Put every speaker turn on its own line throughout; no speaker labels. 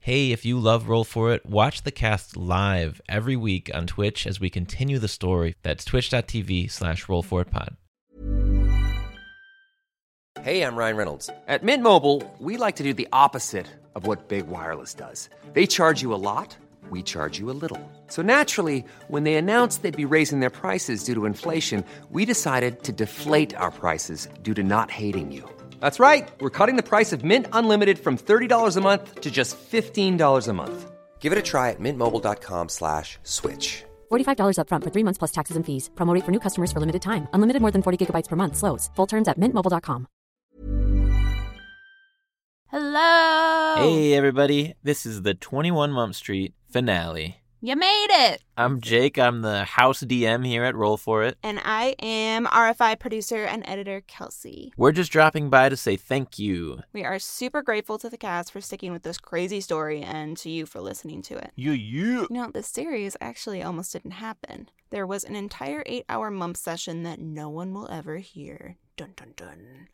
Hey, if you love Roll For It, watch the cast live every week on Twitch as we continue the story. That's twitch.tv slash rollforitpod.
Hey, I'm Ryan Reynolds. At Mint Mobile, we like to do the opposite of what Big Wireless does. They charge you a lot, we charge you a little. So naturally, when they announced they'd be raising their prices due to inflation, we decided to deflate our prices due to not hating you. That's right. We're cutting the price of Mint Unlimited from $30 a month to just $15 a month. Give it a try at mintmobile.com slash switch.
$45 upfront for three months plus taxes and fees. Promo rate for new customers for limited time. Unlimited more than 40 gigabytes per month. Slows. Full terms at mintmobile.com.
Hello.
Hey, everybody. This is the 21 Mump Street finale.
You made it.
I'm Jake. I'm the house DM here at Roll For It.
And I am RFI producer and editor Kelsey.
We're just dropping by to say thank you.
We are super grateful to the cast for sticking with this crazy story and to you for listening to it.
You, you.
You know, this series actually almost didn't happen. There was an entire eight hour mump session that no one will ever hear. Dun dun dun.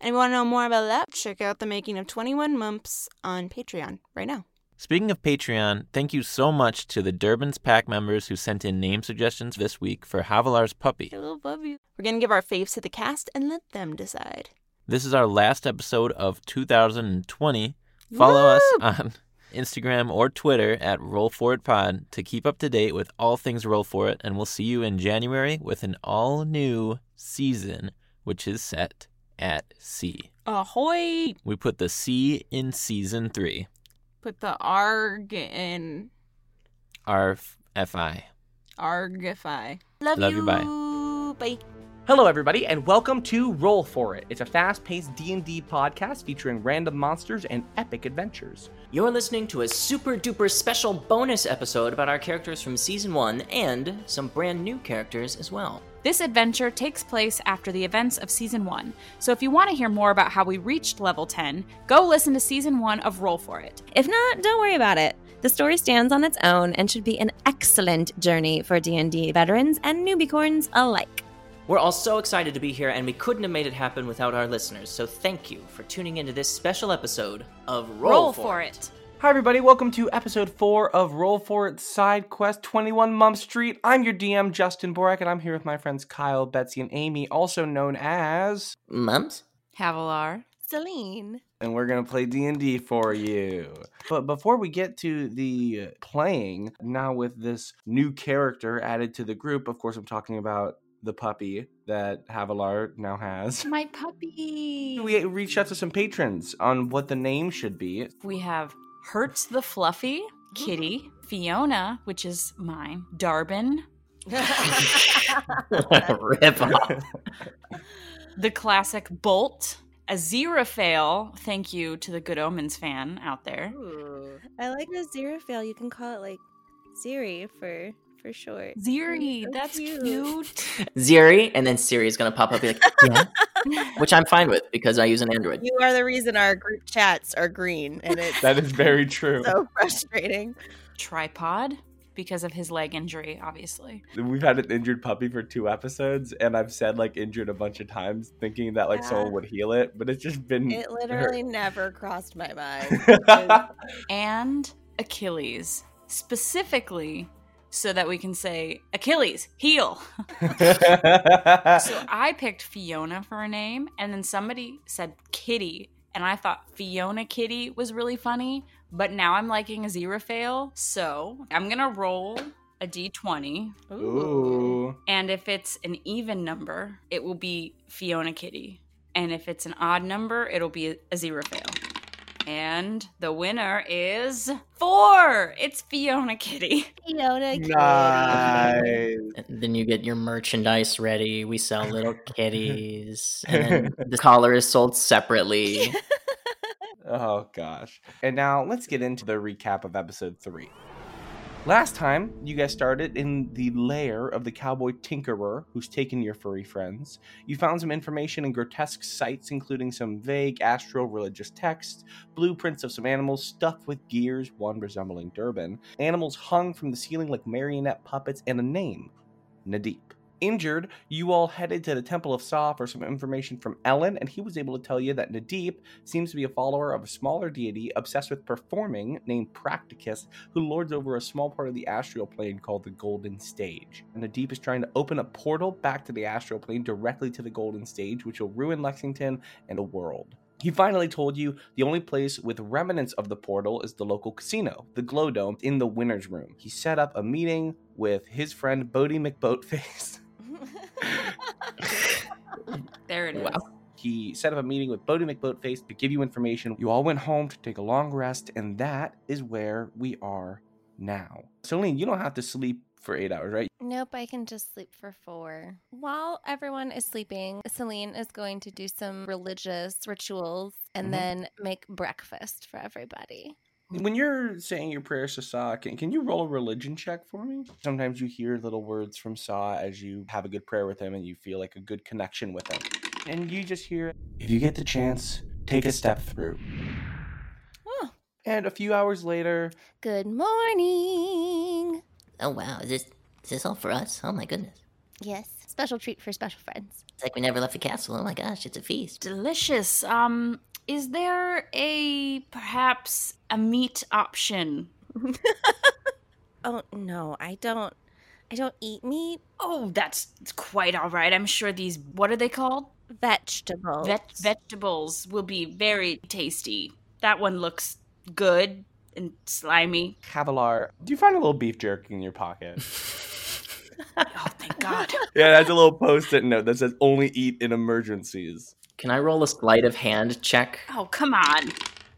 And if you want to know more about that, check out the making of 21 Mumps on Patreon right now.
Speaking of Patreon, thank you so much to the Durbin's Pack members who sent in name suggestions this week for Havilar's puppy.
I love you. We're going to give our faves to the cast and let them decide.
This is our last episode of 2020. Follow
Woo!
us on Instagram or Twitter at Roll For It Pod to keep up to date with all things Roll For It, and we'll see you in January with an all new season, which is set at sea.
Ahoy!
We put the sea in season three.
Put the arg in
Our FI.
argify. Love,
Love you, bye.
you. Bye. Bye.
Hello, everybody, and welcome to Roll For It. It's a fast-paced D&D podcast featuring random monsters and epic adventures.
You're listening to a super duper special bonus episode about our characters from season one and some brand new characters as well.
This adventure takes place after the events of season 1. So if you want to hear more about how we reached level 10, go listen to season 1 of Roll for It.
If not, don't worry about it. The story stands on its own and should be an excellent journey for D&D veterans and newbiecorns alike.
We're all so excited to be here, and we couldn't have made it happen without our listeners. So thank you for tuning into this special episode of Roll,
Hi, everybody, welcome to episode 4 of Roll For It Side Quest 21 Mump Street. I'm your DM, Justin Borak, and I'm here with my friends Kyle, Betsy, and Amy, also known as...
Mums?
Havilar.
Celine.
and we're gonna play d&d for you but before we get to the playing now with this new character added to the group of course i'm talking about the puppy that havilar now has
My puppy.
we reached out to some patrons on what the name should be
We have Hertz the Fluffy, Kitty, Fiona, which is mine, Darbin,
Rip off.
the classic Bolt, Aziraphale. Thank you to the Good Omens fan out there.
I like the zero fail. You can call it like Ziri for for short.
Ziri,
so
that's
cute.
cute.
Ziri, and then Siri is going to pop up and be like, "Yeah," which I'm fine with because I use an Android.
You are the reason our group chats are green, and it's
that is very true
so frustrating.
Tripod, because of his leg injury, obviously.
we've had an injured puppy for two episodes and i've said like injured a bunch of times thinking that like
Yeah.
someone would heal it but it's just been
It literally never crossed my mind.
hurt.
and Achilles, specifically so that we can say, Achilles, heal. so I picked Fiona for a name, and then somebody said Kitty, and I thought Fiona Kitty was really funny, but now I'm liking Aziraphale, so I'm gonna roll a d20,
Ooh.
and if it's an even number, it will be Fiona Kitty. And if it's an odd number, it'll be a zero fail. And the winner is four. It's Fiona Kitty.
Fiona, kitty.
Nice.
And then you get your merchandise ready. We sell little kitties. And then the collar is sold separately.
Oh gosh. And now let's get into the recap of episode 3. Last time, you guys started in the lair of the cowboy Tinkerer, who's taken your furry friends. You found some information in grotesque sites, including some vague astral religious texts, blueprints of some animals stuffed with gears, one resembling Durban, animals hung from the ceiling like marionette puppets, and a name Nadeep. injured, you all headed to the Temple of Saw for some information from Ellen, and he was able to tell you that Nadeep seems to be a follower of a smaller deity obsessed with performing named Practicus, who lords over a small part of the astral plane called the Golden Stage. And Nadeep is trying to open a portal back to the astral plane directly to the Golden Stage, which will ruin Lexington and the world. He finally told you the only place with remnants of the portal is the local casino, the Glow Dome, in the winner's room. He set up a meeting with his friend Bodie McBoatface.
There it is.
Wow.
He set up a meeting with Bodie McBoatface to give you information. You all went home to take a long rest, and that is where we are now. Celine, you don't have to sleep for eight hours, right?
Nope, I can just sleep for four. While everyone is sleeping, Celine is going to do some religious rituals and
Mhm.
then make breakfast for everybody.
When you're saying your prayers to Saw, can, can you roll a religion check for me? Sometimes you hear little words from Saw as you have a good prayer with him and you feel like a good connection with him. And you just hear, if you get the chance, take a step through.
Oh,
And a few hours later,
good morning.
Oh wow, is this is this all for us? Oh my goodness.
Yes, special treat for special friends.
It's like we never left the castle. Oh my gosh, it's a feast.
Delicious. Um, is there a perhaps a meat option?
Oh no, I don't. I don't eat meat.
Oh, that's quite all right. I'm sure these what are they called?
Vegetables.
Vet- vegetables will be very tasty. That one looks good and slimy.
Cavalar, do you find a little beef jerky in your pocket?
Oh, thank God.
yeah, that's a little post-it note that says only eat in emergencies.
Can I roll a sleight of hand check?
Oh, come on.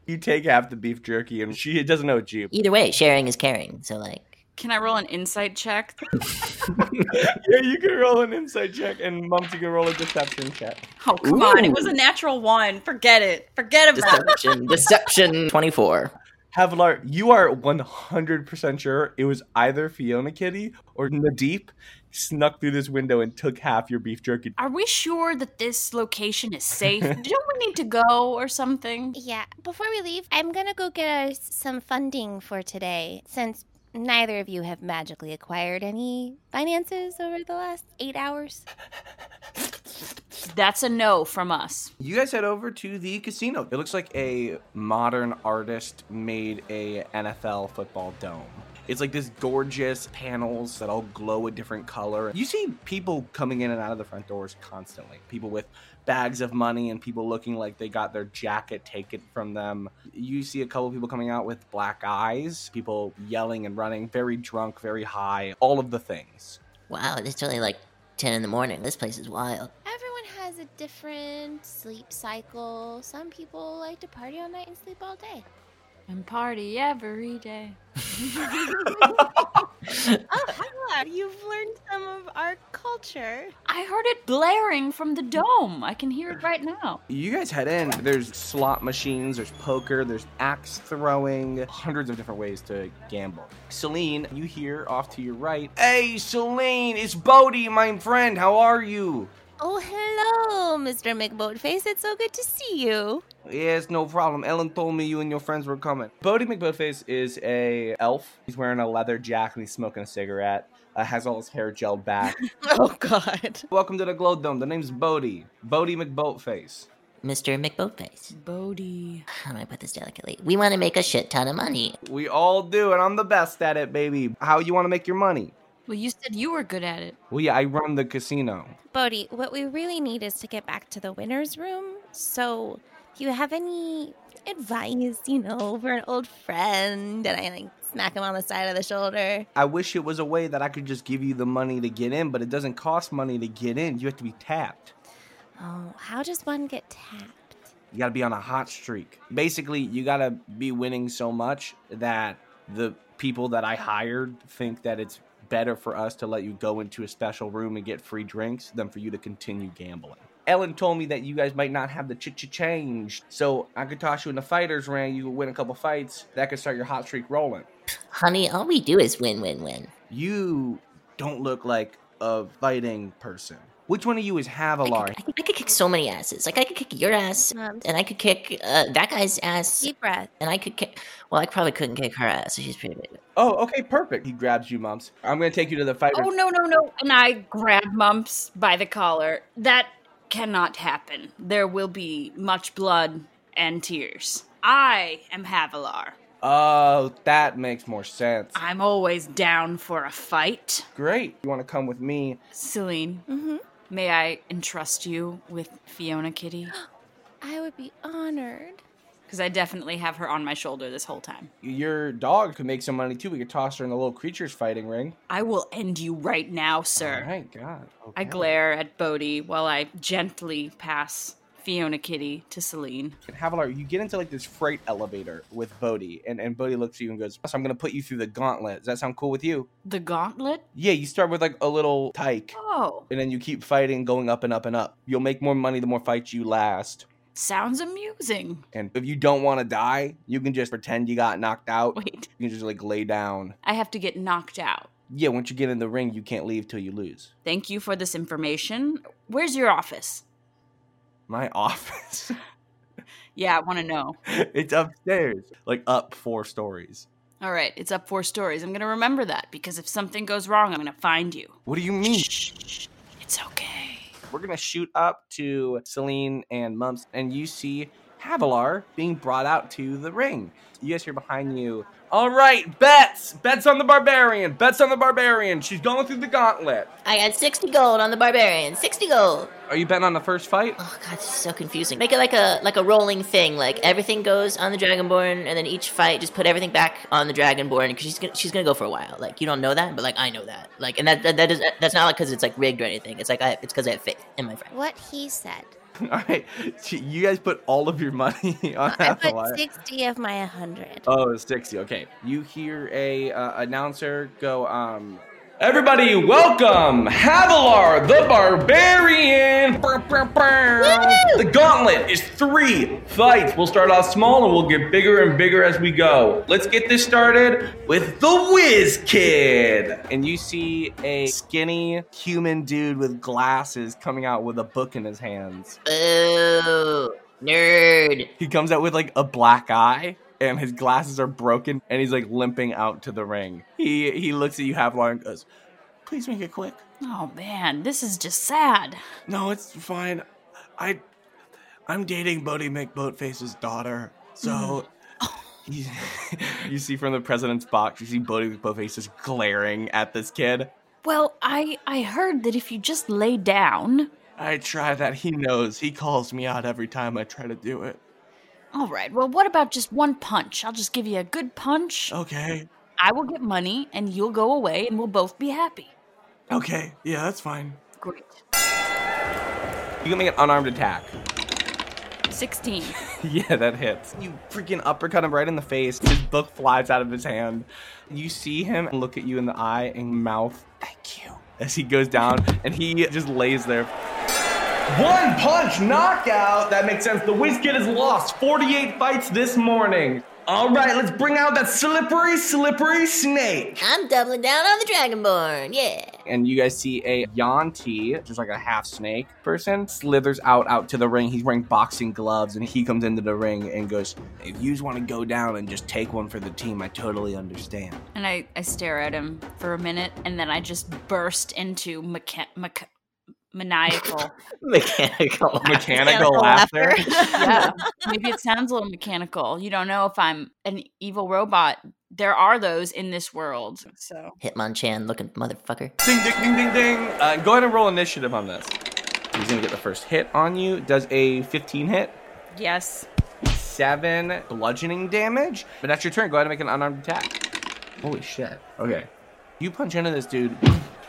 You take half the beef jerky, and she doesn't know it's you.
Either way, sharing is caring. So like,
Can I roll an insight check?
yeah, you can roll an insight check, and Mumps, you can roll a deception check.
Oh, come on. It was a natural one. Forget it. Forget about it.
deception, deception, twenty-four.
Havelar, you are 100% sure it was either Fiona Kitty or Nadeep snuck through this window and took half your beef jerky.
Are we sure that this location is safe? Don't we need to go or something?
Yeah, before we leave, I'm gonna go get us some funding for today since neither of you have magically acquired any finances over the last eight hours.
That's a no from us.
You guys head over to the casino. It looks like a modern artist made a NFL football dome. It's like this gorgeous panels that all glow a different color. You see people coming in and out of the front doors constantly. People with bags of money and people looking like they got their jacket taken from them. You see a couple people coming out with black eyes, people yelling and running, very drunk, very high, all of the things.
Wow, it's only like ten in the morning. This place is wild.
Everyone has a different sleep cycle. Some people like to party all night and sleep all day.
And party every day.
Oh, hi, Lab. You've learned some of our culture.
I heard it blaring from the dome. I can hear it right now.
You guys head in. There's slot machines, there's poker, there's axe throwing, hundreds of different ways to gamble. Celine, you hear off to your right. Hey, Celine, it's Bodie, my friend. How are you?
Oh, hello, Mr. McBoatface. It's so good to see you.
Yes, no problem. Ellen told me you and your friends were coming. Bodie McBoatface is a elf. He's wearing a leather jacket and he's smoking a cigarette. Uh, has all his hair gelled back.
Oh, God.
Welcome to the Glow Dome. The name's Bodie. Bodie McBoatface.
Mr. McBoatface,
Bodhi.
how do I put this delicately? We want to make a shit ton of money.
We all do, and I'm the best at it, baby. How you want to make your money?
Well, you said you were good at it.
Well, yeah, I run the casino.
Bodhi, what we really need is to get back to the winner's room. So, if you have any advice, you know, for an old friend, and I like smack him on the side of the shoulder.
I wish it was a way that I could just give you the money to get in, but it doesn't cost money to get in. You have to be tapped.
Oh, how does one get tapped?
You got to be on a hot streak. Basically, you got to be winning so much that the people that I hired think that it's better for us to let you go into a special room and get free drinks than for you to continue gambling. Ellen told me that you guys might not have the ch ch change, so I could toss you in the fighters ring. You could win a couple fights. That could start your hot streak rolling.
Honey, all we do is win, win, win.
you don't look like a fighting person. Which one of you is Havilar?
I, could- I could kick so many asses. Like I could kick your ass, and I could kick uh, that guy's ass. Deep
breath.
And I could kick. Well, I probably couldn't kick her ass. so She's pretty big.
Oh, okay, perfect. He grabs you, Mumps. I'm going to take you to the fight.
Oh no no no! And I grab Mumps by the collar. That cannot happen. There will be much blood and tears. I am Havilar.
Oh, that makes more sense.
I'm always down for a fight.
Great. You want to come with me?
Celine,
Mm-hmm.
may I entrust you with Fiona Kitty?
I would be honored.
Because I definitely have her on my shoulder this whole time.
Your dog could make some money too. We could toss her in the little creatures fighting ring.
I will end you right now, sir.
All right, God.
I glare at Bodhi while I gently pass Fiona Kitty to Celine.
And Havilar, you get into like this freight elevator with Bodhi, and, and Bodhi looks at you and goes, So I'm going to put you through the gauntlet. Does that sound cool with you?
The gauntlet?
Yeah, you start with like a little tyke,
Oh,
and then you keep fighting, going up and up and up. You'll make more money the more fights you last.
sounds amusing.
And if you don't want to die, you can just pretend you got knocked out.
Wait.
You can just like lay down.
I have to get knocked out.
Yeah, once you get in the ring, you can't leave till you lose.
Thank you for this information. Where's your office?
My office.
Yeah, I want to know.
it's upstairs, like up four stories.
All right, it's up four stories. I'm going to remember that because if something goes wrong, I'm going to find you.
What do you mean?
It's okay.
We're gonna shoot up to Celine and Mumps, and you see Havilar being brought out to the ring. You guys hear behind you. All right, bets, bets on the barbarian, bets on the barbarian. She's going through the gauntlet.
I got sixty gold on the barbarian. Sixty gold.
Are you betting on the first fight?
Oh god, this is so confusing. Make it like a like a rolling thing. Like everything goes on the dragonborn, and then each fight, just put everything back on the dragonborn because she's gonna, she's gonna go for a while. Like you don't know that, but like I know that. Like and that that, that is that's not like because it's like rigged or anything. It's like I it's because I have faith in my friend.
What he said.
All right, she- you guys put all of your money on
I put
Havilar.
60 of my 100.
Oh, 60. Okay. You hear a uh, announcer go, um, Everybody, welcome Havilar the Barbarian. Brr, brr, brr. The gauntlet is three fights. We'll start off small and we'll get bigger and bigger as we go. Let's get this started with the Whiz Kid. And you see a skinny human dude with glasses coming out with a book in his hands.
Oh, nerd.
He comes out with like a black eye and his glasses are broken and he's like limping out to the ring. He he looks at you Havilar and goes, Please make it quick.
Oh man, this is just sad.
No, it's fine. I I'm dating Bodie McBoatface's daughter. So you, you see from the president's box, you see Bodie McBoatface just glaring at this kid.
Well, I I heard that if you just lay down.
I try that. He knows. He calls me out every time I try to do it.
All right. Well, what about just one punch? I'll just give you a good punch.
Okay.
I will get money and you'll go away and we'll both be happy.
Okay. Yeah, that's fine.
Great.
You can make an unarmed attack.
16.
Yeah, that hits. You freaking uppercut him right in the face. His book flies out of his hand. You see him look at you in the eye and mouth, thank you, as he goes down and he just lays there. One punch knockout. That makes sense. The Wizkid has lost 48 fights this morning. All right, let's bring out that slippery, slippery snake.
I'm doubling down on the dragonborn. Yeah.
And you guys see a Yanti, just like a half snake person, slithers out out to the ring. He's wearing boxing gloves, and he comes into the ring and goes, "If you just want to go down and just take one for the team, I totally understand."
And I, I stare at him for a minute and then I just burst into mecha- mecha- maniacal.
Mechanical. laugh.
Mechanical laughter.
yeah. Maybe it sounds a little mechanical. You don't know if I'm an evil robot. There are those in this world. So
Hitmonchan looking motherfucker.
Ding ding ding ding ding. Uh, go ahead and roll initiative on this. He's gonna get the first hit on you. Does a 15 hit?
yes.
Seven bludgeoning damage. But that's your turn. Go ahead and make an unarmed attack. Holy shit. Okay. You punch into this dude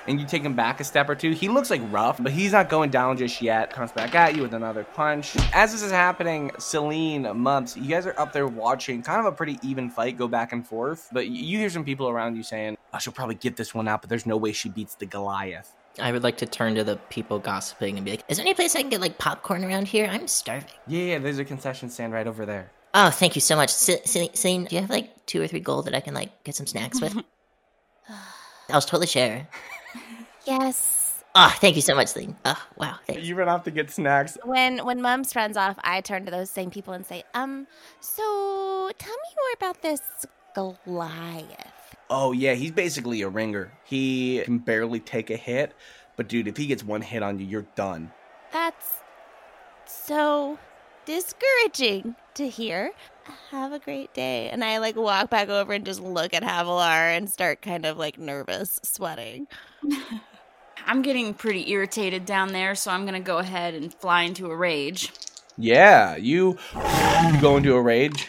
and you take him back a step or two. He looks like rough, but he's not going down just yet. Comes back at you with another punch. As this is happening, Celine, Mumps, you guys are up there watching kind of a pretty even fight go back and forth. But y- you hear some people around you saying, oh, she'll probably get this one out, but there's no way she beats the Goliath.
I would like to turn to the people gossiping and be like, "Is there any place I can get like popcorn around here? I'm starving."
Yeah, yeah, there's a concession stand right over there.
Oh, thank you so much, Ce- Celine. Celine, do you have like two or three gold that I can like get some snacks with? I'll totally share.
Yes,
Ah, thank you so much, Ling. Ah, wow.
You run off to get snacks.
When when Mums runs off, I turn to those same people and say, "Um, so tell me more about this Goliath."
Oh yeah, he's basically a ringer. He can barely take a hit, but dude, if he gets one hit on you, you're done.
That's so discouraging to hear. Have a great day. And I like walk back over and just look at Havilar and start kind of like nervous sweating.
I'm getting pretty irritated down there, so I'm gonna go ahead and fly into a rage.
Yeah, you go into a rage.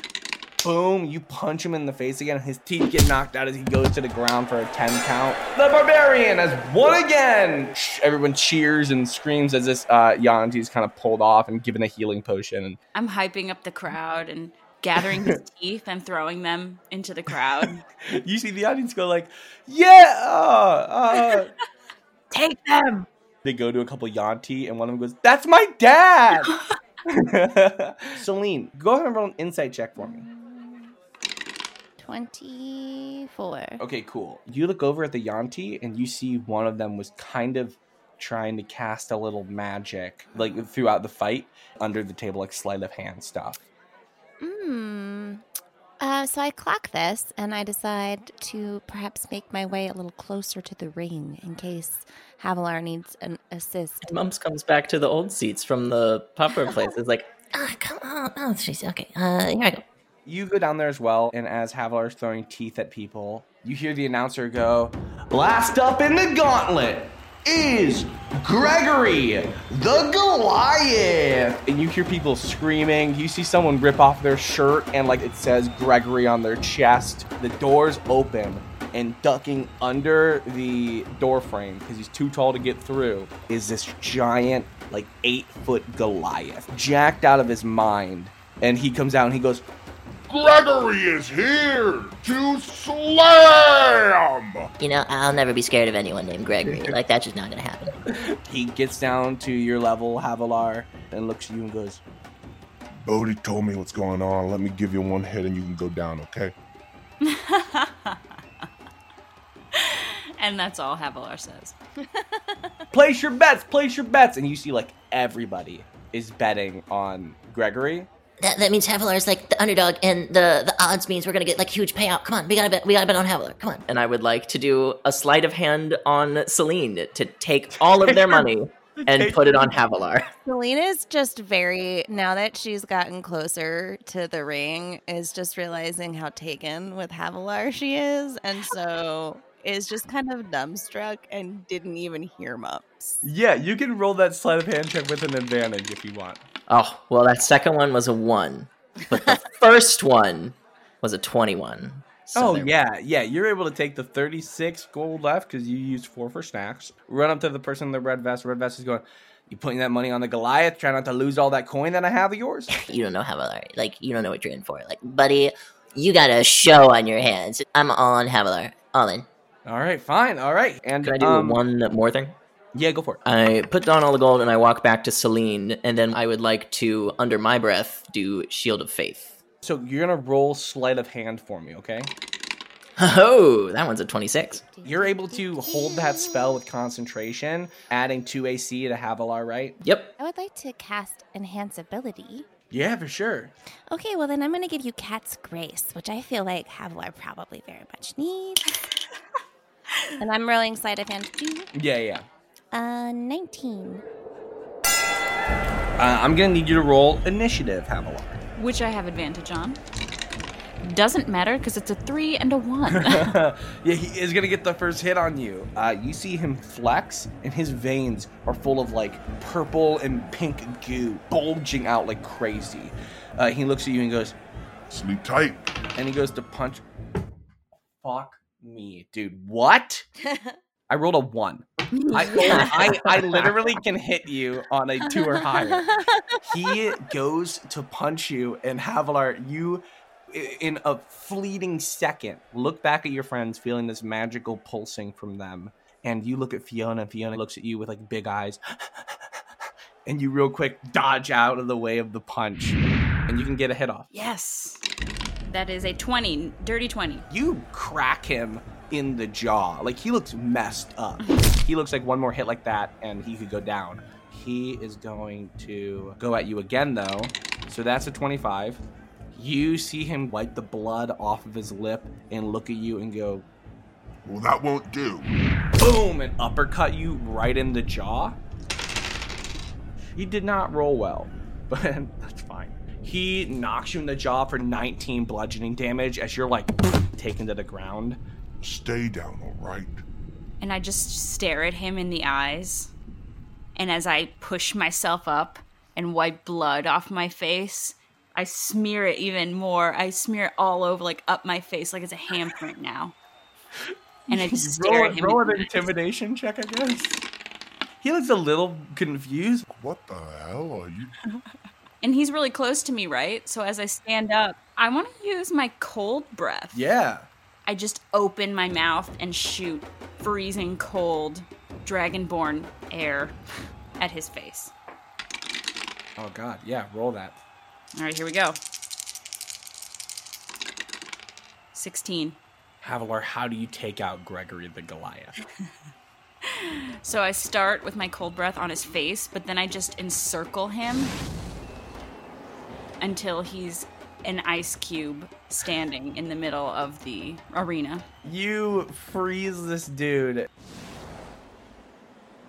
Boom, you punch him in the face again. His teeth get knocked out as he goes to the ground for a 10 count. The barbarian has won again. Everyone cheers and screams as this uh, Yanti's kind of pulled off and given a healing potion. And
I'm hyping up the crowd and gathering his teeth and throwing them into the crowd.
you see the audience go like, "Yeah, uh,
take them."
They go to a couple Yanti, and one of them goes, "That's my dad." Celine, go ahead and roll an insight check for me.
24.
Okay, cool. You look over at the Yanti and you see one of them was kind of trying to cast a little magic, like throughout the fight, under the table, like sleight of hand stuff.
Mm. Uh, so I clock this and I decide to perhaps make my way a little closer to the ring in case Havilar needs an assist.
Mumps comes back to the old seats from the popper place. It's like, ah, come on. Oh, jeez. Okay. Uh, here I go.
You go down there as well, and as Havilar's throwing teeth at people, you hear the announcer go, Last up in the gauntlet is Gregory the Goliath! And you hear people screaming. You see someone rip off their shirt, and like it says Gregory on their chest. The doors open, and ducking under the door frame, because he's too tall to get through, is this giant, like eight foot Goliath, jacked out of his mind. And he comes out and he goes,
Gregory is here to slam!
You know, I'll never be scared of anyone named Gregory. Like, that's just not going to happen.
He gets down to your level, Havilar, and looks at you and goes,
Bodhi told me what's going on. Let me give you one hit and you can go down, okay?
And that's all Havilar says.
Place your bets, place your bets. And you see, like, everybody is betting on Gregory.
That, that means Havilar is like the underdog, and the, the odds means we're gonna get like huge payout. Come on, we gotta bet, we gotta bet on Havilar. Come on.
And I would like to do a sleight of hand on Celine to take all of their money and put it on Havilar.
Selena's just very now that she's gotten closer to the ring is just realizing how taken with Havilar she is, and so is just kind of dumbstruck and didn't even hear Mumps.
Yeah, you can roll that sleight of hand check with an advantage if you want.
Oh, well, that second one was a one, but the first one was a 21.
oh yeah, yeah. You're able to take the 36 gold left because you used four for snacks. Run up to the person in the red vest. Red vest is going. You putting that money on the Goliath? Try not to lose all that coin that I have of yours.
You don't know Havilar. Like, you don't know what you're in for. Like, buddy, you got a show on your hands. I'm all on Havilar. All in.
All right, fine. All right. And
Can I do
um,
one more thing?
Yeah, go for it.
I put down all the gold and I walk back to Celine, and then I would like to, under my breath, do Shield of Faith.
So you're gonna roll sleight of hand for me, okay?
Oh, that one's a 26.
You're able to hold that spell with concentration, adding two AC to Havilar, right?
Yep.
I would like to cast Enhance Ability.
Yeah, for sure.
Okay, well, then I'm going to give you Cat's Grace, which I feel like Havilar probably very much needs. and I'm rolling sleight of hand too.
Yeah, yeah.
Uh, 19.
Uh, I'm gonna need you to roll initiative, Havilar.
Which I have advantage on. Doesn't matter because it's a three and a one.
yeah, he is gonna get the first hit on you. Uh, you see him flex, and his veins are full of like purple and pink goo bulging out like crazy. Uh, he looks at you and goes,
"Sleep tight."
And he goes to punch. Fuck me, dude! What? I rolled a one. I, I, I literally can hit you on a two or higher. He goes to punch you, and Havilar, you, i- in a fleeting second, look back at your friends, feeling this magical pulsing from them. And you look at Fiona, and Fiona looks at you with like big eyes. and you, real quick, dodge out of the way of the punch, and you can get a hit off.
yes. That is a 20, dirty 20.
You crack him in the jaw. Like, he looks messed up. He looks like one more hit like that, and he could go down. He is going to go at you again, though. So that's a 25. You see him wipe the blood off of his lip and look at you and go,
Well, that won't do.
Boom! And uppercut you right in the jaw. You did not roll well, but that's fine. He knocks you in the jaw for 19 bludgeoning damage as you're like taken to the ground.
Stay down, alright?
And I just stare at him in the eyes. And as I push myself up and wipe blood off my face, I smear it even more. I smear it all over, like up my face, like it's a handprint now. And I just stare
roll,
at him.
roll
in the
an intimidation check, I guess. He looks a little confused.
What the hell are you?
And he's really close to me, right? So as I stand up, I want to use my cold breath.
Yeah.
I just open my mouth and shoot freezing cold dragonborn air at his face.
Oh god, yeah, roll that.
All right, here we go. 16.
Havilar, how do you take out Gregory the Goliath?
So I start with my cold breath on his face, but then I just encircle him until he's an ice cube standing in the middle of the arena.
You freeze this dude.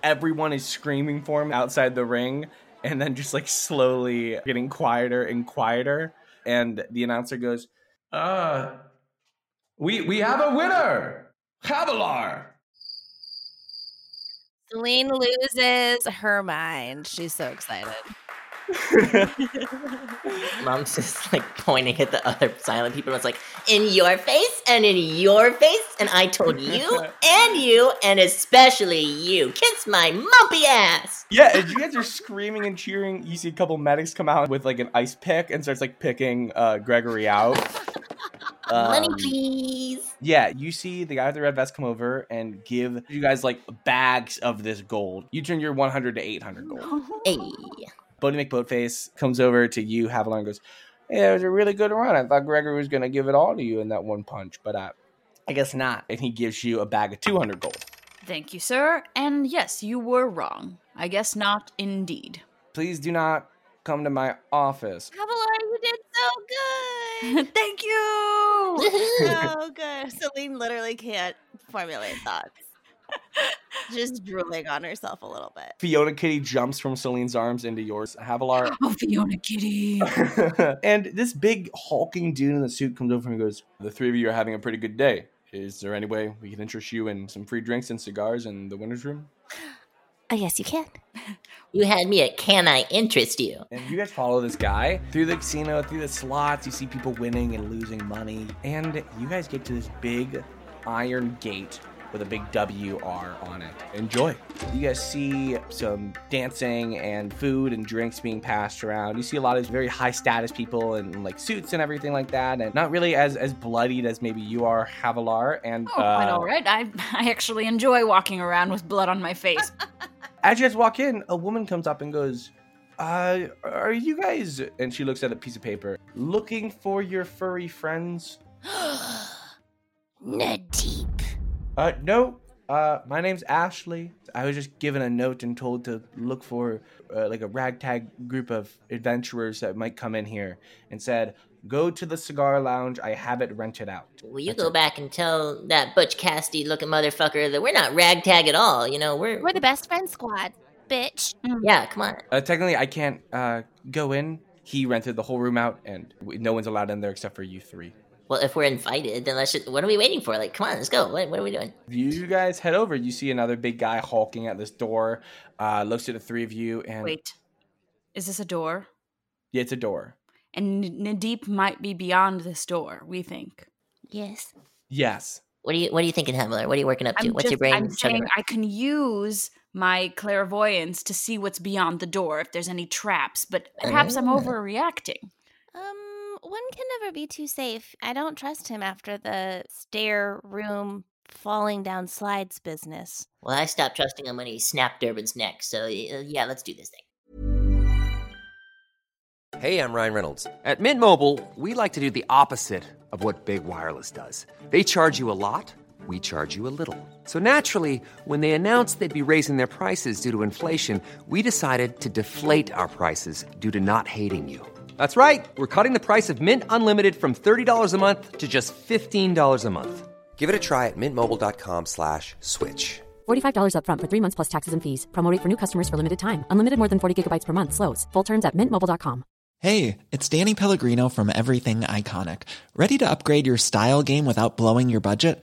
Everyone is screaming for him outside the ring, and then just like slowly getting quieter and quieter. And the announcer goes, Uh, we, we have a winner! Havilar!
Celine loses her mind. She's so excited.
Mom's just like pointing at the other silent people. and It's like in your face and in your face, and I told you and you and especially you, kiss my mumpy ass.
Yeah, as you guys are screaming and cheering, you see a couple medics come out with like an ice pick and starts like picking uh, Gregory out.
Money,
Um,
please.
Yeah, you see the guy with the red vest come over and give you guys like bags of this gold. You turn your 100 to 800 gold.
Hey.
Bodie McBoatface comes over to you, Haviland, and goes, Yeah, it was a really good run. I thought Gregory was going to give it all to you in that one punch, but I, I guess not. And he gives you a bag of 200 gold.
Thank you, sir. And yes, you were wrong. I guess not indeed.
Please do not come to my office.
Havilar, you did so good.
Thank you.
so good. Celine literally can't formulate thoughts. Just drooling on herself a little bit.
Fiona Kitty jumps from Celine's arms into yours, Havilar.
Oh, Fiona Kitty.
and this big hulking dude in the suit comes over and goes, "The three of you are having a pretty good day. Is there any way we can interest you in some free drinks and cigars in the winners' room?"
Oh yes, you can. You had me at can I interest you?
And you guys follow this guy through the casino, through the slots. You see people winning and losing money, and you guys get to this big iron gate with a big WR on it. Enjoy. You guys see some dancing and food and drinks being passed around. You see a lot of very high status people in like suits and everything like that, and not really as as bloodied as maybe you are, Havilar. And
Oh, quite
uh,
all right. I, I actually enjoy walking around with blood on my face.
As you guys walk in, a woman comes up and goes, uh, are you guys? And she looks at a piece of paper. Looking for your furry friends?
Nadeep.
Uh, no. Uh, my name's Ashley. I was just given a note and told to look for uh, like a ragtag group of adventurers that might come in here, and said, "Go to the cigar lounge. I have it rented out."
Will you go back and tell that Butch Cassidy looking motherfucker that we're not ragtag at all? You know, we're
We're the best friend squad, bitch.
Mm.
yeah. Come on.
Uh, technically, I can't uh, go in. He rented the whole room out, and w- no one's allowed in there except for you three.
Well, if we're invited, then let's just. What are we waiting for? Like, come on, let's go. What, what are we doing?
You guys head over. You see another big guy hulking at this door. Uh, looks at the three of you, and
Wait. Is this a door?
yeah, it's a door.
And N- Nadeep might be beyond this door, we think.
Yes.
Yes.
What are you What are you thinking, Hamler? What are you working up to? What's your
just-
brain?
I'm
talking
saying
about?
I can use my clairvoyance to see what's beyond the door if there's any traps, but perhaps I'm
Oh.
Ah.
overreacting.
Um, one can never be too safe. I don't trust him after the stair room falling down slides business.
Well, I stopped trusting him when he snapped Durbin's neck. So uh, yeah, let's do this thing.
Hey, I'm Ryan Reynolds. At Mint Mobile, we like to do the opposite of what Big Wireless does. They charge you a lot, we charge you a little. So naturally, when they announced they'd be raising their prices due to inflation, we decided to deflate our prices due to not hating you. That's right. We're cutting the price of Mint Unlimited from $30 a month to just $15 a month. Give it a try at mintmobile.com slash switch.
$45 upfront for three months plus taxes and fees. Promo rate for new customers for limited time. Unlimited more than 40 gigabytes per month. Slows. Full terms at mintmobile.com.
Hey, it's Danny Pellegrino from Everything Iconic. Ready to upgrade your style game without blowing your budget?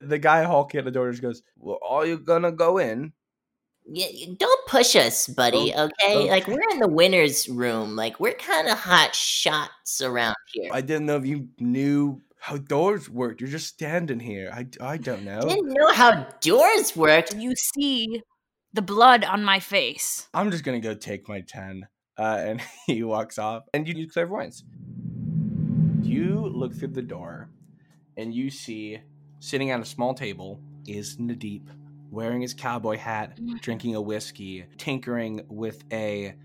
The guy Hulk at the door just goes, "Well, all you're gonna go in."
Yeah, you- don't push us, buddy.
Oh,
Okay,
oh.
like we're in the winners' room. Like we're kind of hot shots around here.
I didn't know if you knew how doors worked. You're just standing here. I, I don't know.
didn't know how doors worked.
You see the blood on my face.
I'm just gonna go take my ten. Uh, and he walks off, and you do clairvoyance. You look through the door, and you see sitting at a small table is Nadeep, wearing his cowboy hat, drinking a whiskey, tinkering with a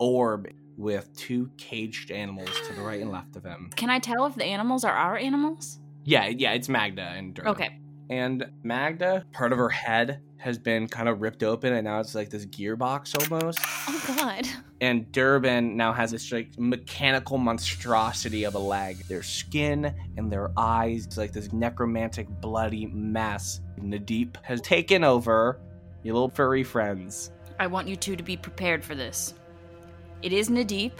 orb with two caged animals to the right and left of him.
Can I tell if the animals are our animals?
Yeah, yeah, it's Magda and Durga.
Okay.
And Magda, part of her head has been kind of ripped open, and now it's like this gearbox almost.
Oh God.
and Durban now has this like mechanical monstrosity of a leg. Their skin and their eyes, it's like this necromantic bloody mess. Nadeep has taken over your little furry friends.
I want you two to be prepared for this. It is Nadeep.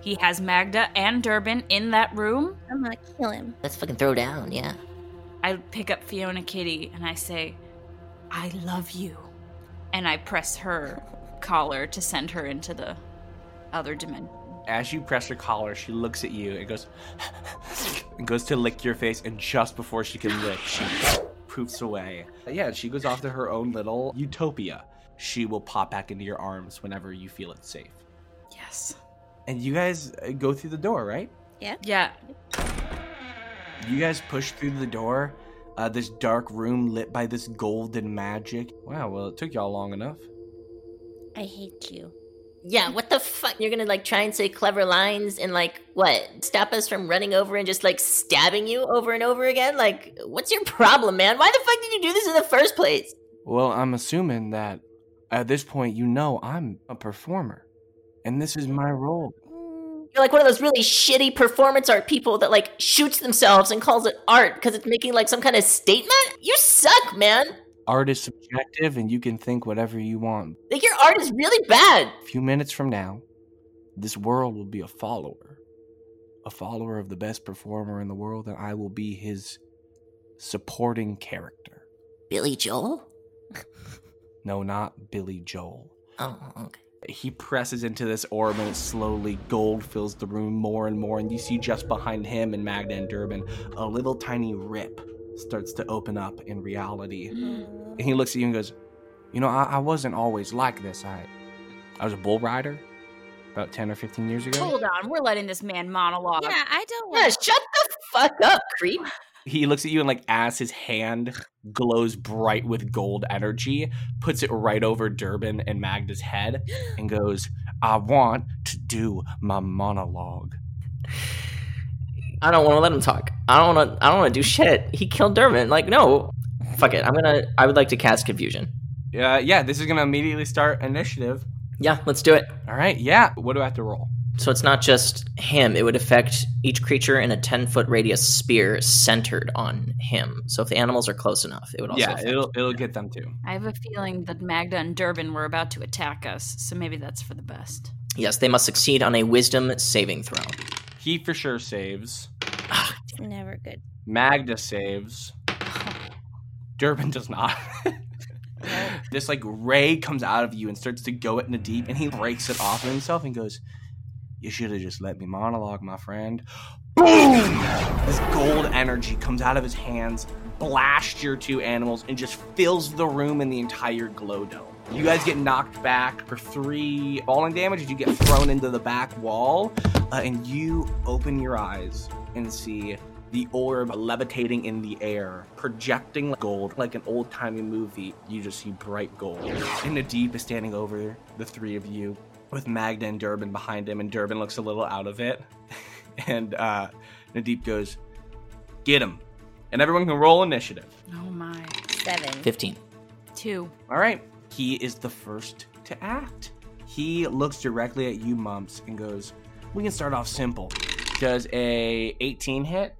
He has Magda and Durbin in that room.
I'm gonna kill him.
Let's fucking throw down. Yeah.
I pick up Fiona Kitty and I say, I love you. And I press her collar to send her into the other dimension.
As you press her collar, she looks at you and goes and goes to lick your face, and just before she can lick, she poofs away. Yeah, she goes off to her own little utopia. She will pop back into your arms whenever you feel it safe.
Yes.
And you guys uh, go through the door, right?
Yeah.
Yeah.
You guys push through the door, uh, this dark room lit by this golden magic. Wow, well, it took y'all long enough.
I hate you.
Yeah, what the fuck? You're gonna like try and say clever lines and like what? Stop us from running over and just like stabbing you over and over again? Like, what's your problem, man? Why the fuck did you do this in the first place?
Well, I'm assuming that at this point, you know I'm a performer, and this is my role.
You're like one of those really shitty performance art people that like shoots themselves and calls it art because it's making like some kind of statement? You suck, man.
Art is subjective, and you can think whatever you want.
Like, your art is really bad.
A few minutes from now, this world will be a follower, a follower of the best performer in the world, and I will be his supporting character.
Billy Joel?
No, not Billy Joel.
Oh, okay.
He presses into this orb and it slowly gold fills the room more and more. And you see just behind him and Magda and Durbin, a little tiny rip starts to open up in reality.
Mm-hmm.
And he looks at you and goes, You know, I, I wasn't always like this. I, I was a bull rider about 10 or 15 years ago.
Hold on, we're letting this man monologue. Yeah,
I don't
want Yeah,
shut the fuck up, creep.
He looks at you and, like, as his hand glows bright with gold energy, puts it right over Durbin and Magda's head and goes, I want to do my monologue.
I don't want to let him talk. I don't want to. I don't want to do shit. He killed Dermot. Like, no, fuck it. I'm gonna. I would like to cast confusion.
Uh, yeah, this is gonna immediately start initiative.
Yeah, let's do it.
All right. Yeah. What do I have to roll?
So it's not just him. It would affect each creature in a 10 foot radius sphere centered on him. So if the animals are close enough, it would also.
yeah,
affect-
it'll it'll get them too.
I have a feeling that Magda and Durbin were about to attack us, so maybe that's for the best.
Yes, they must succeed on a wisdom saving throw.
He for sure saves.
It's never good.
Magda saves. Durbin does not. this like ray comes out of you and starts to go at Nadeep, and he breaks it off of himself and goes, "You should have just let me monologue, my friend." Boom! This gold energy comes out of his hands, blasts your two animals and just fills the room and the entire glow dome. You guys get knocked back for three falling damage. You get thrown into the back wall, uh, and you open your eyes and see the orb levitating in the air, projecting gold like an old timey movie. You just see bright gold. And Nadeep is standing over the three of you with Magda and Durbin behind him, and Durbin looks a little out of it. and uh, Nadeep goes, Get him. And everyone can roll initiative.
Oh my.
Seven.
15.
Two.
All right. He is the first to act. He looks directly at you, Mumps, and goes, We can start off simple. Does a 18 hit?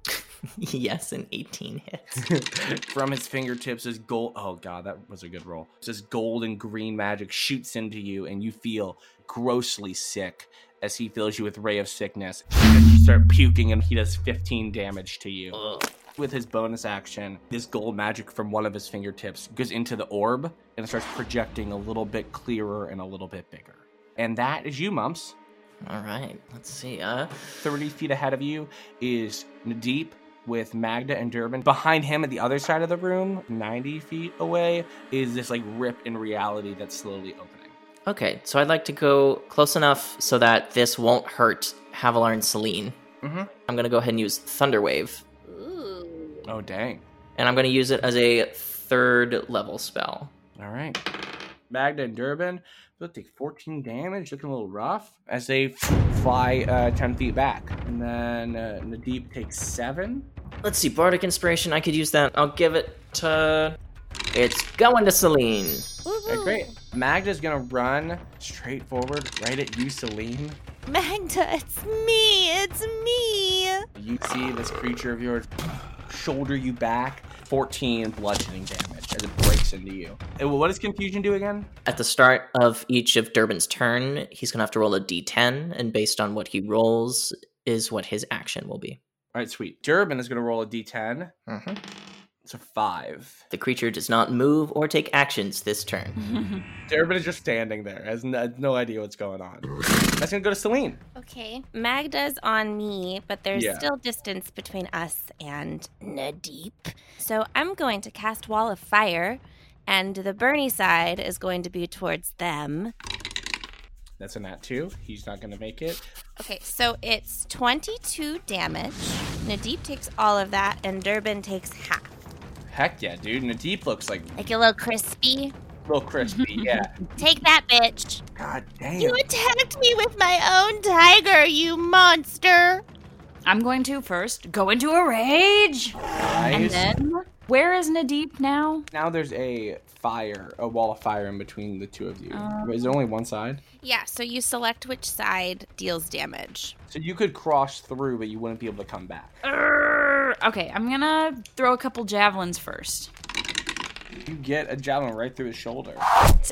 yes, an 18 hits.
From his fingertips, his gold. Oh, God, that was a good roll. This gold and green magic shoots into you, and you feel grossly sick as he fills you with ray of sickness. You start puking, and he does 15 damage to you. With his bonus action, this gold magic from one of his fingertips goes into the orb and it starts projecting a little bit clearer and a little bit bigger. And that is you, Mumps.
All right, let's see. Uh,
30 feet ahead of you is Nadeep with Magda and Durbin. Behind him at the other side of the room, 90 feet away, is this like rip in reality that's slowly opening.
Okay, so I'd like to go close enough so that this won't hurt Havilar and Celine.
Mhm.
I'm going to go ahead and use Thunder Wave,
Oh, dang.
and I'm going to use it as a third level spell.
All right. Magda and Durbin both take 14 damage, looking a little rough as they fly uh, 10 feet back. And then uh, Nadeep takes seven.
Let's see, Bardic Inspiration, I could use that. I'll give it to. It's going to Celine.
Okay, great. Magda's gonna run straight forward right at you, Celine.
Magda, it's me. It's me.
You see this creature of yours shoulder you back 14 bludgeoning damage as it breaks into you. And what does confusion do again?
At the start of each of Durbin's turn, he's going to have to roll a d10, and based on what he rolls, is what his action will be.
All right, sweet. Durbin is gonna roll a d10.
Mhm.
It's a five.
The creature does not move or take actions this turn.
Mm-hmm. Durbin is just standing there, has no, has no idea what's going on. That's gonna go to Celine.
Okay. Magda's on me, but there's
Yeah.
still distance between us and Nadeep. So I'm going to cast Wall of Fire, and the Bernie side is going to be towards them.
That's a nat two. He's not gonna make it.
Okay, so it's 22 damage. Nadeep takes all of that, and Durbin takes half.
Heck yeah, dude. Nadeep looks like
Like a little crispy.
real crispy. Yeah.
Take that, bitch.
God damn.
You attacked me with my own tiger, you monster.
I'm going to first go into a rage. And
Nice.
then, where is Nadeep now?
Now there's a fire, a wall of fire in between the two of you.
Um.
Is there only one side?
Yeah, so you select which side deals damage.
So you could cross through, but you wouldn't be able to come back.
Err, Okay, I'm gonna throw a couple javelins first.
You get a javelin right through his shoulder.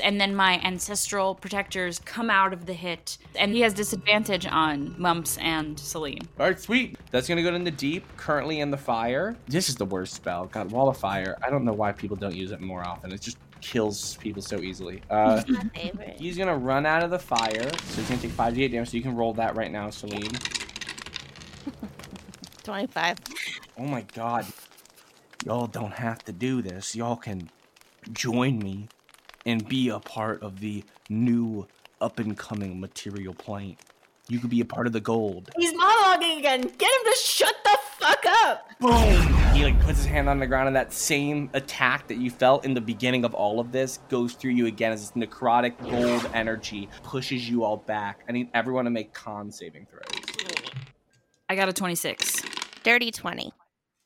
And then my ancestral protectors come out of the hit. And he has disadvantage on Mumps and Celine.
All right, sweet. That's gonna go in the deep. Currently in the fire. This is the worst spell. God, wall of fire. I don't know why people don't use it more often. It just kills people so easily. Uh,
My favorite.
he's gonna run out of the fire, so he's gonna take five d8 damage. So you can roll that right now, Celine.
25.
Oh my god. Y'all don't have to do this. Y'all can join me and be a part of the new up and coming material plane. You could be a part of the gold.
He's monologuing again. Get him to shut the fuck up. Oh
Boom! He like puts his hand on the ground and that same attack that you felt in the beginning of all of this goes through you again as this necrotic gold energy pushes you all back. I need everyone to make con saving throws.
I got a 26.
Dirty 20.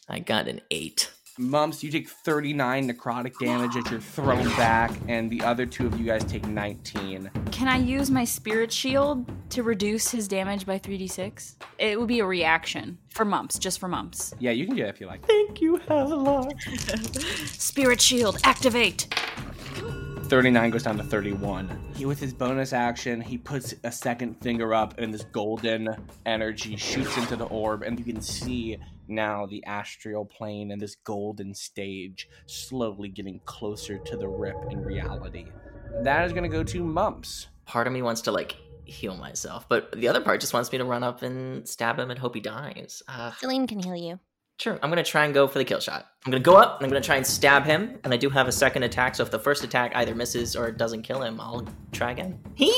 I got an 8.
Mumps, you take 39 necrotic damage as you're thrown back, and the other two of you guys take 19.
Can I use my spirit shield to reduce his damage by 3d6? It would be a reaction for Mumps, just for Mumps.
Yeah, you can do that if you like.
Spirit shield, activate!
39 goes down to 31. He, with his bonus action, he puts a second finger up, and this golden energy shoots into the orb, and you can see now the astral plane and this golden stage slowly getting closer to the rip in reality. That is going to go to Mumps.
Part of me wants to like heal myself, but the other part just wants me to run up and stab him and hope he dies. Uh,
Celine can heal you.
Sure, I'm gonna try and go for the kill shot. I'm gonna go up, and I'm gonna try and stab him, and I do have a second attack, so if the first attack either misses or doesn't kill him, I'll try again. Yeah!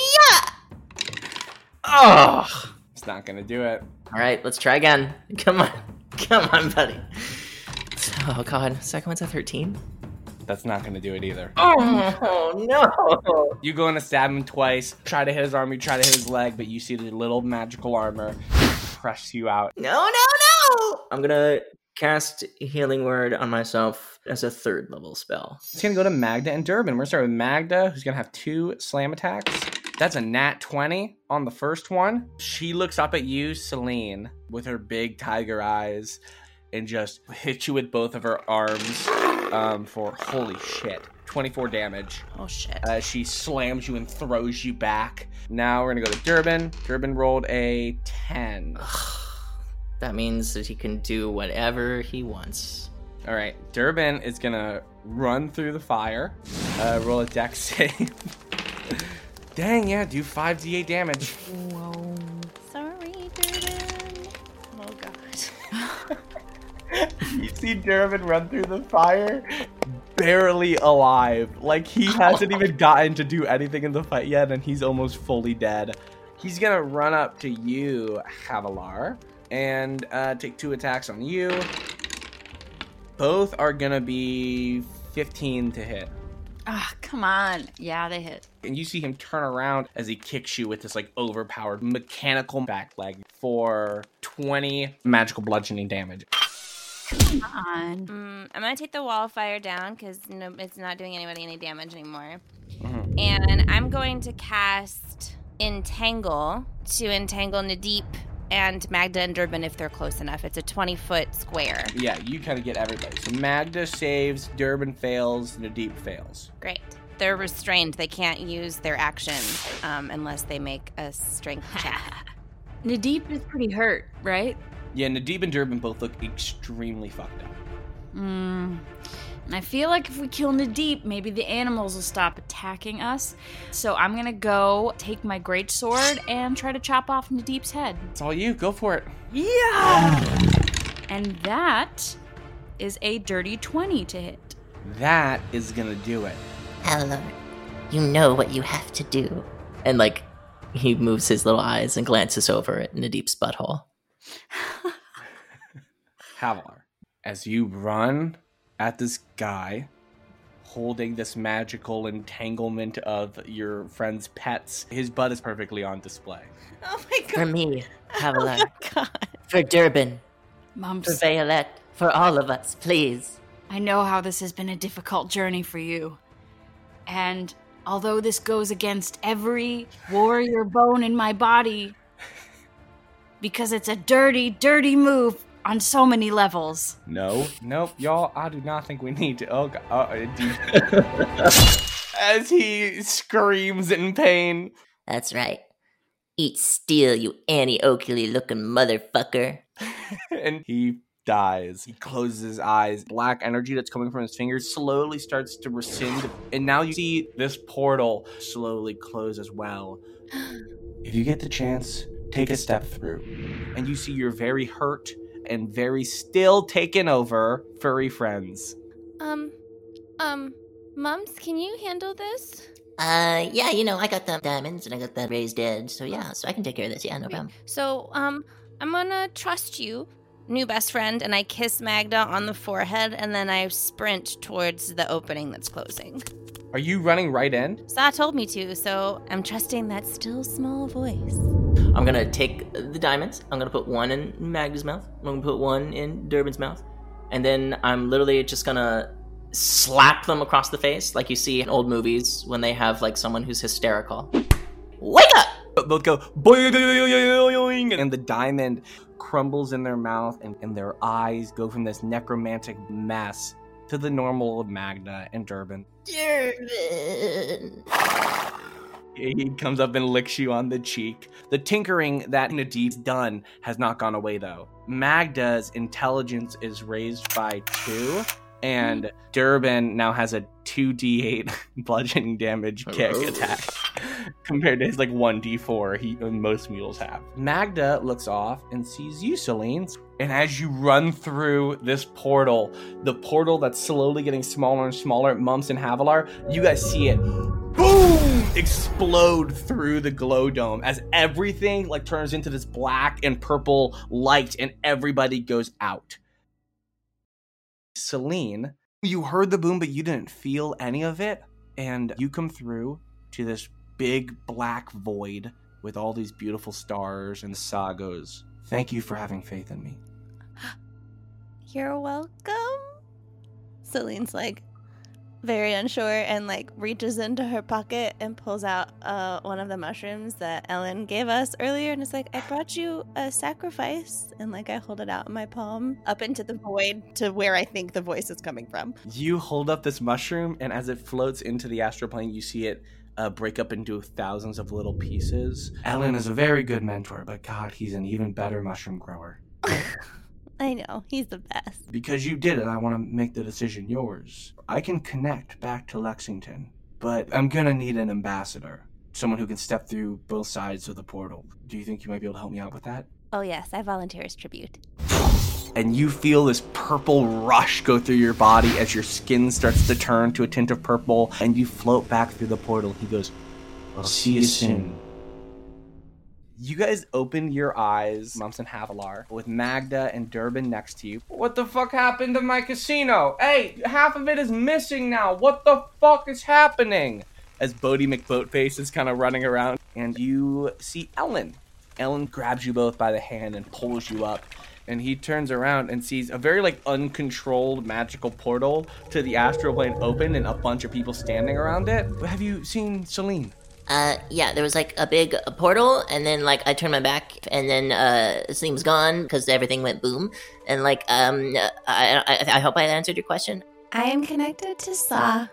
Oh!
It's not gonna do it.
Alright, let's try again. Come on. Come on, buddy. Oh god, second one's a 13.
That's not gonna do it either.
Oh, no!
You go in to stab him twice, try to hit his arm, you try to hit his leg, but you see the little magical armor press you out.
No, Oh, no, no! I'm gonna cast Healing Word on myself as a third level spell.
It's gonna go to Magda and Durbin. We're gonna start with Magda, who's gonna have two slam attacks. That's a nat 20 on the first one. She looks up at you, Celine, with her big tiger eyes and just hits you with both of her arms um, for holy shit. 24 damage.
Oh shit.
Uh, she slams you and throws you back. Now we're gonna go to Durbin. Durbin rolled a 10.
That means that he can do whatever he wants.
All right, Durbin is gonna run through the fire. Uh, roll a dex save. Dang, yeah, do 5d8 damage.
Whoa. Sorry, Durden. Oh god.
you see Durbin run through the fire, barely alive. Like he hasn't even gotten to do anything in the fight yet, and he's almost fully dead. He's gonna run up to you, Havilar, and uh, take two attacks on you. Both are gonna be 15 to hit.
Ah, come on. Yeah, they hit.
And you see him turn around as he kicks you with this like overpowered mechanical back leg for 20 magical bludgeoning damage.
Come on.
Mm, I'm gonna take the wall of fire down because no, it's not doing anybody any damage anymore. And I'm going to cast Entangle to entangle Nadeep and Magda and Durbin if they're close enough. It's a 20 foot square.
Yeah, you kind of get everybody. So Magda saves, Durbin fails, Nadeep fails.
Great. They're restrained. They can't use their action um, unless they make a strength check.
Nadeep is pretty hurt, right?
Yeah, Nadeep and Durbin both look extremely fucked up.
Mm. And I feel like if we kill Nadeep, maybe the animals will stop attacking us. So I'm gonna go take my great sword and try to chop off Nadeep's head.
It's all you. Go for it.
Yeah. And that is a dirty twenty to hit.
That is gonna do it.
Hello. You know what you have to do. And like, he moves his little eyes and glances over at Nadeep's butthole.
Havilar, as you run at this guy holding this magical entanglement of your friend's pets, his butt is perfectly on display.
Oh my god.
For me, Havilar. For Durbin.
Mumps.
For Violette. For all of us, please.
I know how this has been a difficult journey for you. And although this goes against every warrior bone in my body, because it's a dirty, dirty move on so many levels.
No. Nope, y'all, I do not think we need to. Oh, God. Uh, indeed. As he screams in pain.
That's right. Eat steel, you Annie Oakley looking motherfucker.
and he dies. He closes his eyes. Black energy that's coming from his fingers slowly starts to rescind. And now you see this portal slowly close as well. If you get the chance, take a step through. And you see your very hurt and very still taken over furry friends.
Um, um, Mums, can you handle this?
Uh, yeah, you know, I got the diamonds and I got the raised edge, so yeah, so I can take care of this. Yeah, no problem.
So, um, I'm gonna trust you, new best friend, and I kiss Magda on the forehead, and then I sprint towards the opening that's closing.
Are you running right in?
Sa told me to, so I'm trusting that still small voice.
I'm gonna take the diamonds. I'm gonna put one in Magda's mouth. I'm gonna put one in Durbin's mouth, and then I'm literally just gonna slap them across the face, like you see in old movies when they have like someone who's hysterical. Wake up!
But both go boing, and the diamond crumbles in their mouth, and, and their eyes go from this necromantic mess to the normal of Magna and Durbin.
Durbin.
He comes up and licks you on the cheek. The tinkering that Nadeep's done has not gone away, though. Magda's intelligence is raised by two, and Durbin now has a 2d8 bludgeoning damage kick
Oh.
attack. compared to his like 1d4 he most mules have. Magda looks off and sees you, Celine. And as you run through this portal, the portal that's slowly getting smaller and smaller, Mumps and Havilar, you guys see it boom explode through the glow dome as everything like turns into this black and purple light and everybody goes out. Celine, you heard the boom, but you didn't feel any of it. And you come through to this big black void with all these beautiful stars and sagos. Thank you for having faith in me.
You're welcome. Celine's like very unsure and like reaches into her pocket and pulls out uh, one of the mushrooms that Ellen gave us earlier and it's like, I brought you a sacrifice. And like I hold it out in my palm up into the void to where I think the voice is coming from.
You hold up this mushroom, and as it floats into the astral plane, you see it uh, break up into thousands of little pieces. Ellen is a very good mentor, but God, he's an even better mushroom grower.
I know, he's the best.
Because you did it, I want to make the decision yours. I can connect back to Lexington, but I'm going to need an ambassador, someone who can step through both sides of the portal. Do you think you might be able to help me out with that?
Oh, yes, I volunteer as tribute.
and you feel this purple rush go through your body as your skin starts to turn to a tint of purple and you float back through the portal. He goes, I'll see you soon. You guys open your eyes, Mumps and Havilar, with Magda and Durbin next to you. What the fuck happened to my casino? Hey, half of it is missing now. What the fuck is happening? As Bodie McBoatface is kind of running around, and you see Ellen. Ellen grabs you both by the hand and pulls you up and he turns around and sees a very like uncontrolled magical portal to the astral plane open and a bunch of people standing around it. Have you seen Celine?
Uh, yeah, there was like a big uh, portal, and then like I turned my back, and then uh, Slim was gone because everything went boom. And like, um, I, I, I hope I answered your question.
I am connected to Saw.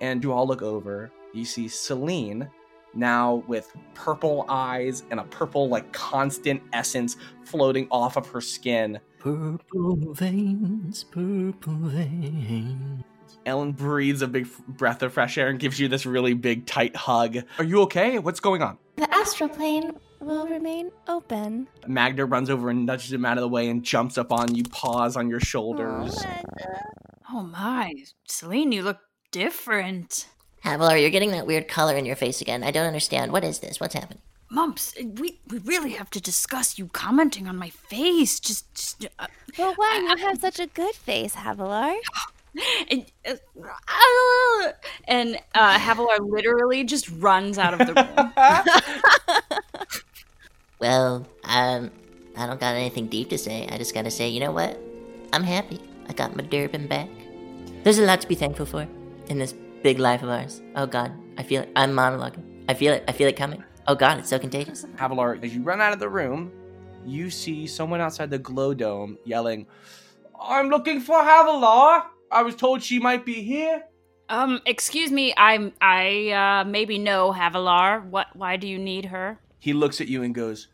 And you all look over. You see Celine now with purple eyes and a purple like constant essence floating off of her skin.
Purple veins, purple veins.
Ellen breathes a big f- breath of fresh air and gives you this really big tight hug. Are you okay? What's going on?
The astral plane will remain open.
Magda runs over and nudges him out of the way and jumps up on you, paws on your shoulders.
Oh my, Celine, you look different.
Havilar, you're getting that weird color in your face again. I don't understand. What is this? What's happening?
Mumps, eh, we, we really have to discuss you commenting on my face. Just, just uh,
well, why you have such a good face, Havilar?
and, uh, ah! and uh, Havilar literally just runs out of the room.
Well, um, I don't got anything deep to say. I just gotta say, you know what? I'm happy. I got my Durban back. There's a lot to be thankful for in this big life of ours. Oh God, I feel it. I'm monologuing. I feel it. I feel it coming. Oh God, it's so contagious.
Havilar, as you run out of the room, you see someone outside the glow dome yelling, I'm looking for Havilar. I was told she might be here.
Um, excuse me, I'm I uh, maybe know Havilar. What? Why do you need her?
He looks at you and goes,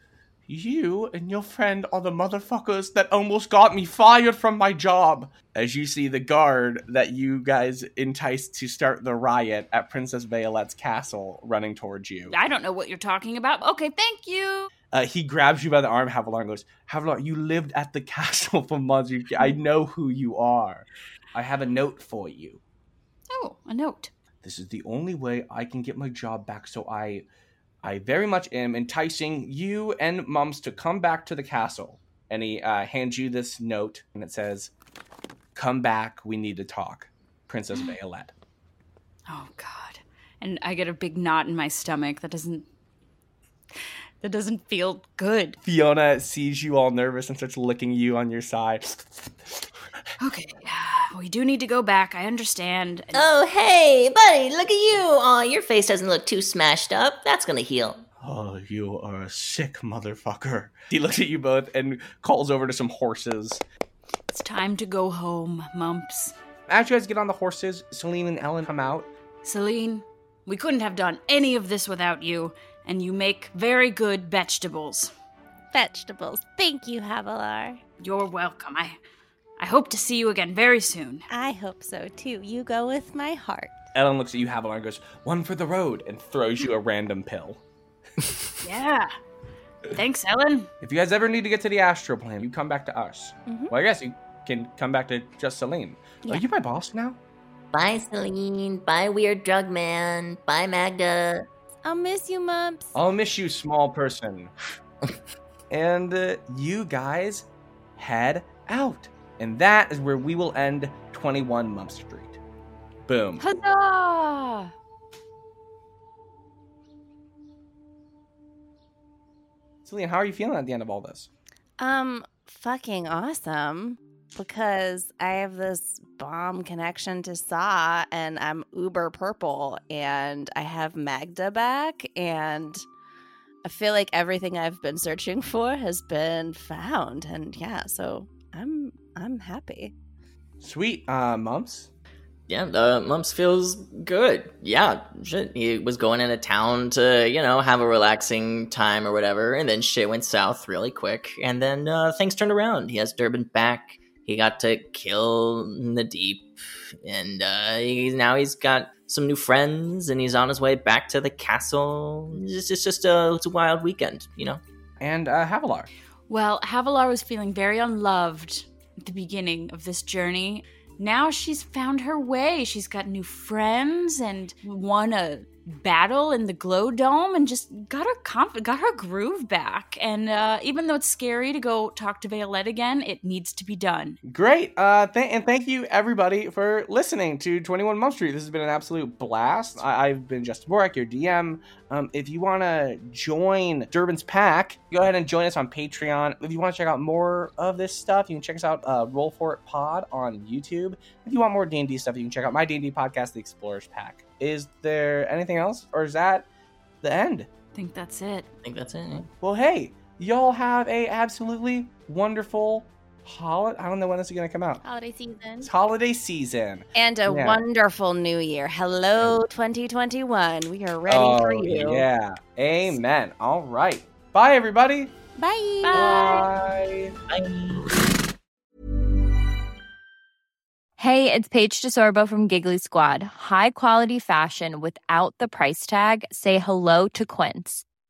You and your friend are the motherfuckers that almost got me fired from my job. As you see the guard that you guys enticed to start the riot at Princess Violette's castle running towards you.
I don't know what you're talking about. Okay, thank you.
Uh, he grabs you by the arm, Havilar, and goes, Havilar, you lived at the castle for months. You- I know who you are. I have a note for you.
Oh, a note.
This is the only way I can get my job back, so I I very much am enticing you and Mums to come back to the castle. And he uh, hands you this note, and it says, Come back, we need to talk. Princess Violette.
Oh God! And I get a big knot in my stomach. That doesn't. That doesn't feel good.
Fiona sees you all nervous and starts licking you on your side.
Okay, we do need to go back. I understand.
Oh hey, buddy, look at you. Aw, your face doesn't look too smashed up. That's gonna heal.
Oh, you are a sick motherfucker. He looks at you both and calls over to some horses.
It's time to go home, Mumps.
As you guys get on the horses, Celine and Ellen come out.
Celine, we couldn't have done any of this without you, and you make very good vegetables.
Vegetables. Thank you, Havilar.
You're welcome. I I hope to see you again very soon.
I hope so too. You go with my heart.
Ellen looks at you, Havilar, and goes, one for the road, and throws you a random pill.
Yeah. Thanks, Ellen.
If you guys ever need to get to the astral plane, you come back to us.
Mhm.
Well, I guess you can come back to just Celine. Are you my boss now?
Bye, Celine. Bye, Weird Drug Man. Bye, Magda.
I'll miss you, Mumps.
I'll miss you, small person. and uh, you guys head out. And that is where we will end 21 Mump Street. Boom.
Huzzah!
Celine, how are you feeling at the end of all this?
Um, fucking awesome. Because I have this bomb connection to Saw and I'm uber purple and I have Magda back and I feel like everything I've been searching for has been found and yeah, so I'm I'm happy.
Sweet, uh, Mumps.
Yeah, uh, Mumps feels good. Yeah, shit. He was going into town to, you know, have a relaxing time or whatever, and then shit went south really quick. And then uh, things turned around. He has Durbin back. He got to kill the deep, and uh, he's now he's got some new friends, and he's on his way back to the castle. It's, it's just a it's a wild weekend, you know.
And uh, Havilar.
Well, Havilar was feeling very unloved at the beginning of this journey. Now she's found her way. She's got new friends and won a battle in the glow dome and just got her conf- got her groove back. And uh, even though it's scary to go talk to Violette again, it needs to be done.
Great. Uh, th- and thank you, everybody, for listening to 21 Mump Street. This has been an absolute blast. I- I've been Justin Borak, your DM. Um, if you want to join Durbin's Pack, go ahead and join us on Patreon. If you want to check out more of this stuff, you can check us out, uh, Roll For It Pod on YouTube. If you want more D&D stuff, you can check out my D&D podcast, The Explorers Pack. Is there anything else, or is that the end?
I think that's it.
I think that's it.
Well, hey, y'all have a absolutely wonderful holiday. I don't know when this is going to come out.
Holiday season.
It's holiday season.
And a
Yeah.
wonderful new year. Hello 2021. We are ready for
Oh,
you.
Yeah. Amen. All right. Bye, everybody.
Bye.
Bye.
Hey, it's Paige DeSorbo from Giggly Squad. High quality fashion without the price tag. Say hello to Quince.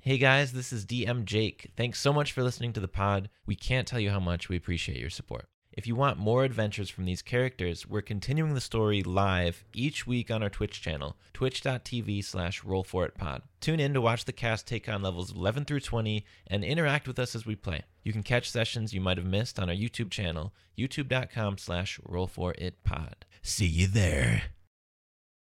Hey guys, this is DM Jake. Thanks so much for listening to the pod. We can't tell you how much we appreciate your support. If you want more adventures from these characters, we're continuing the story live each week on our Twitch channel, twitch.tv slash rollforitpod. Tune in to watch the cast take on levels 11 through 20 and interact with us as we play. You can catch sessions you might have missed on our YouTube channel, youtube.com slash rollforitpod. See you there.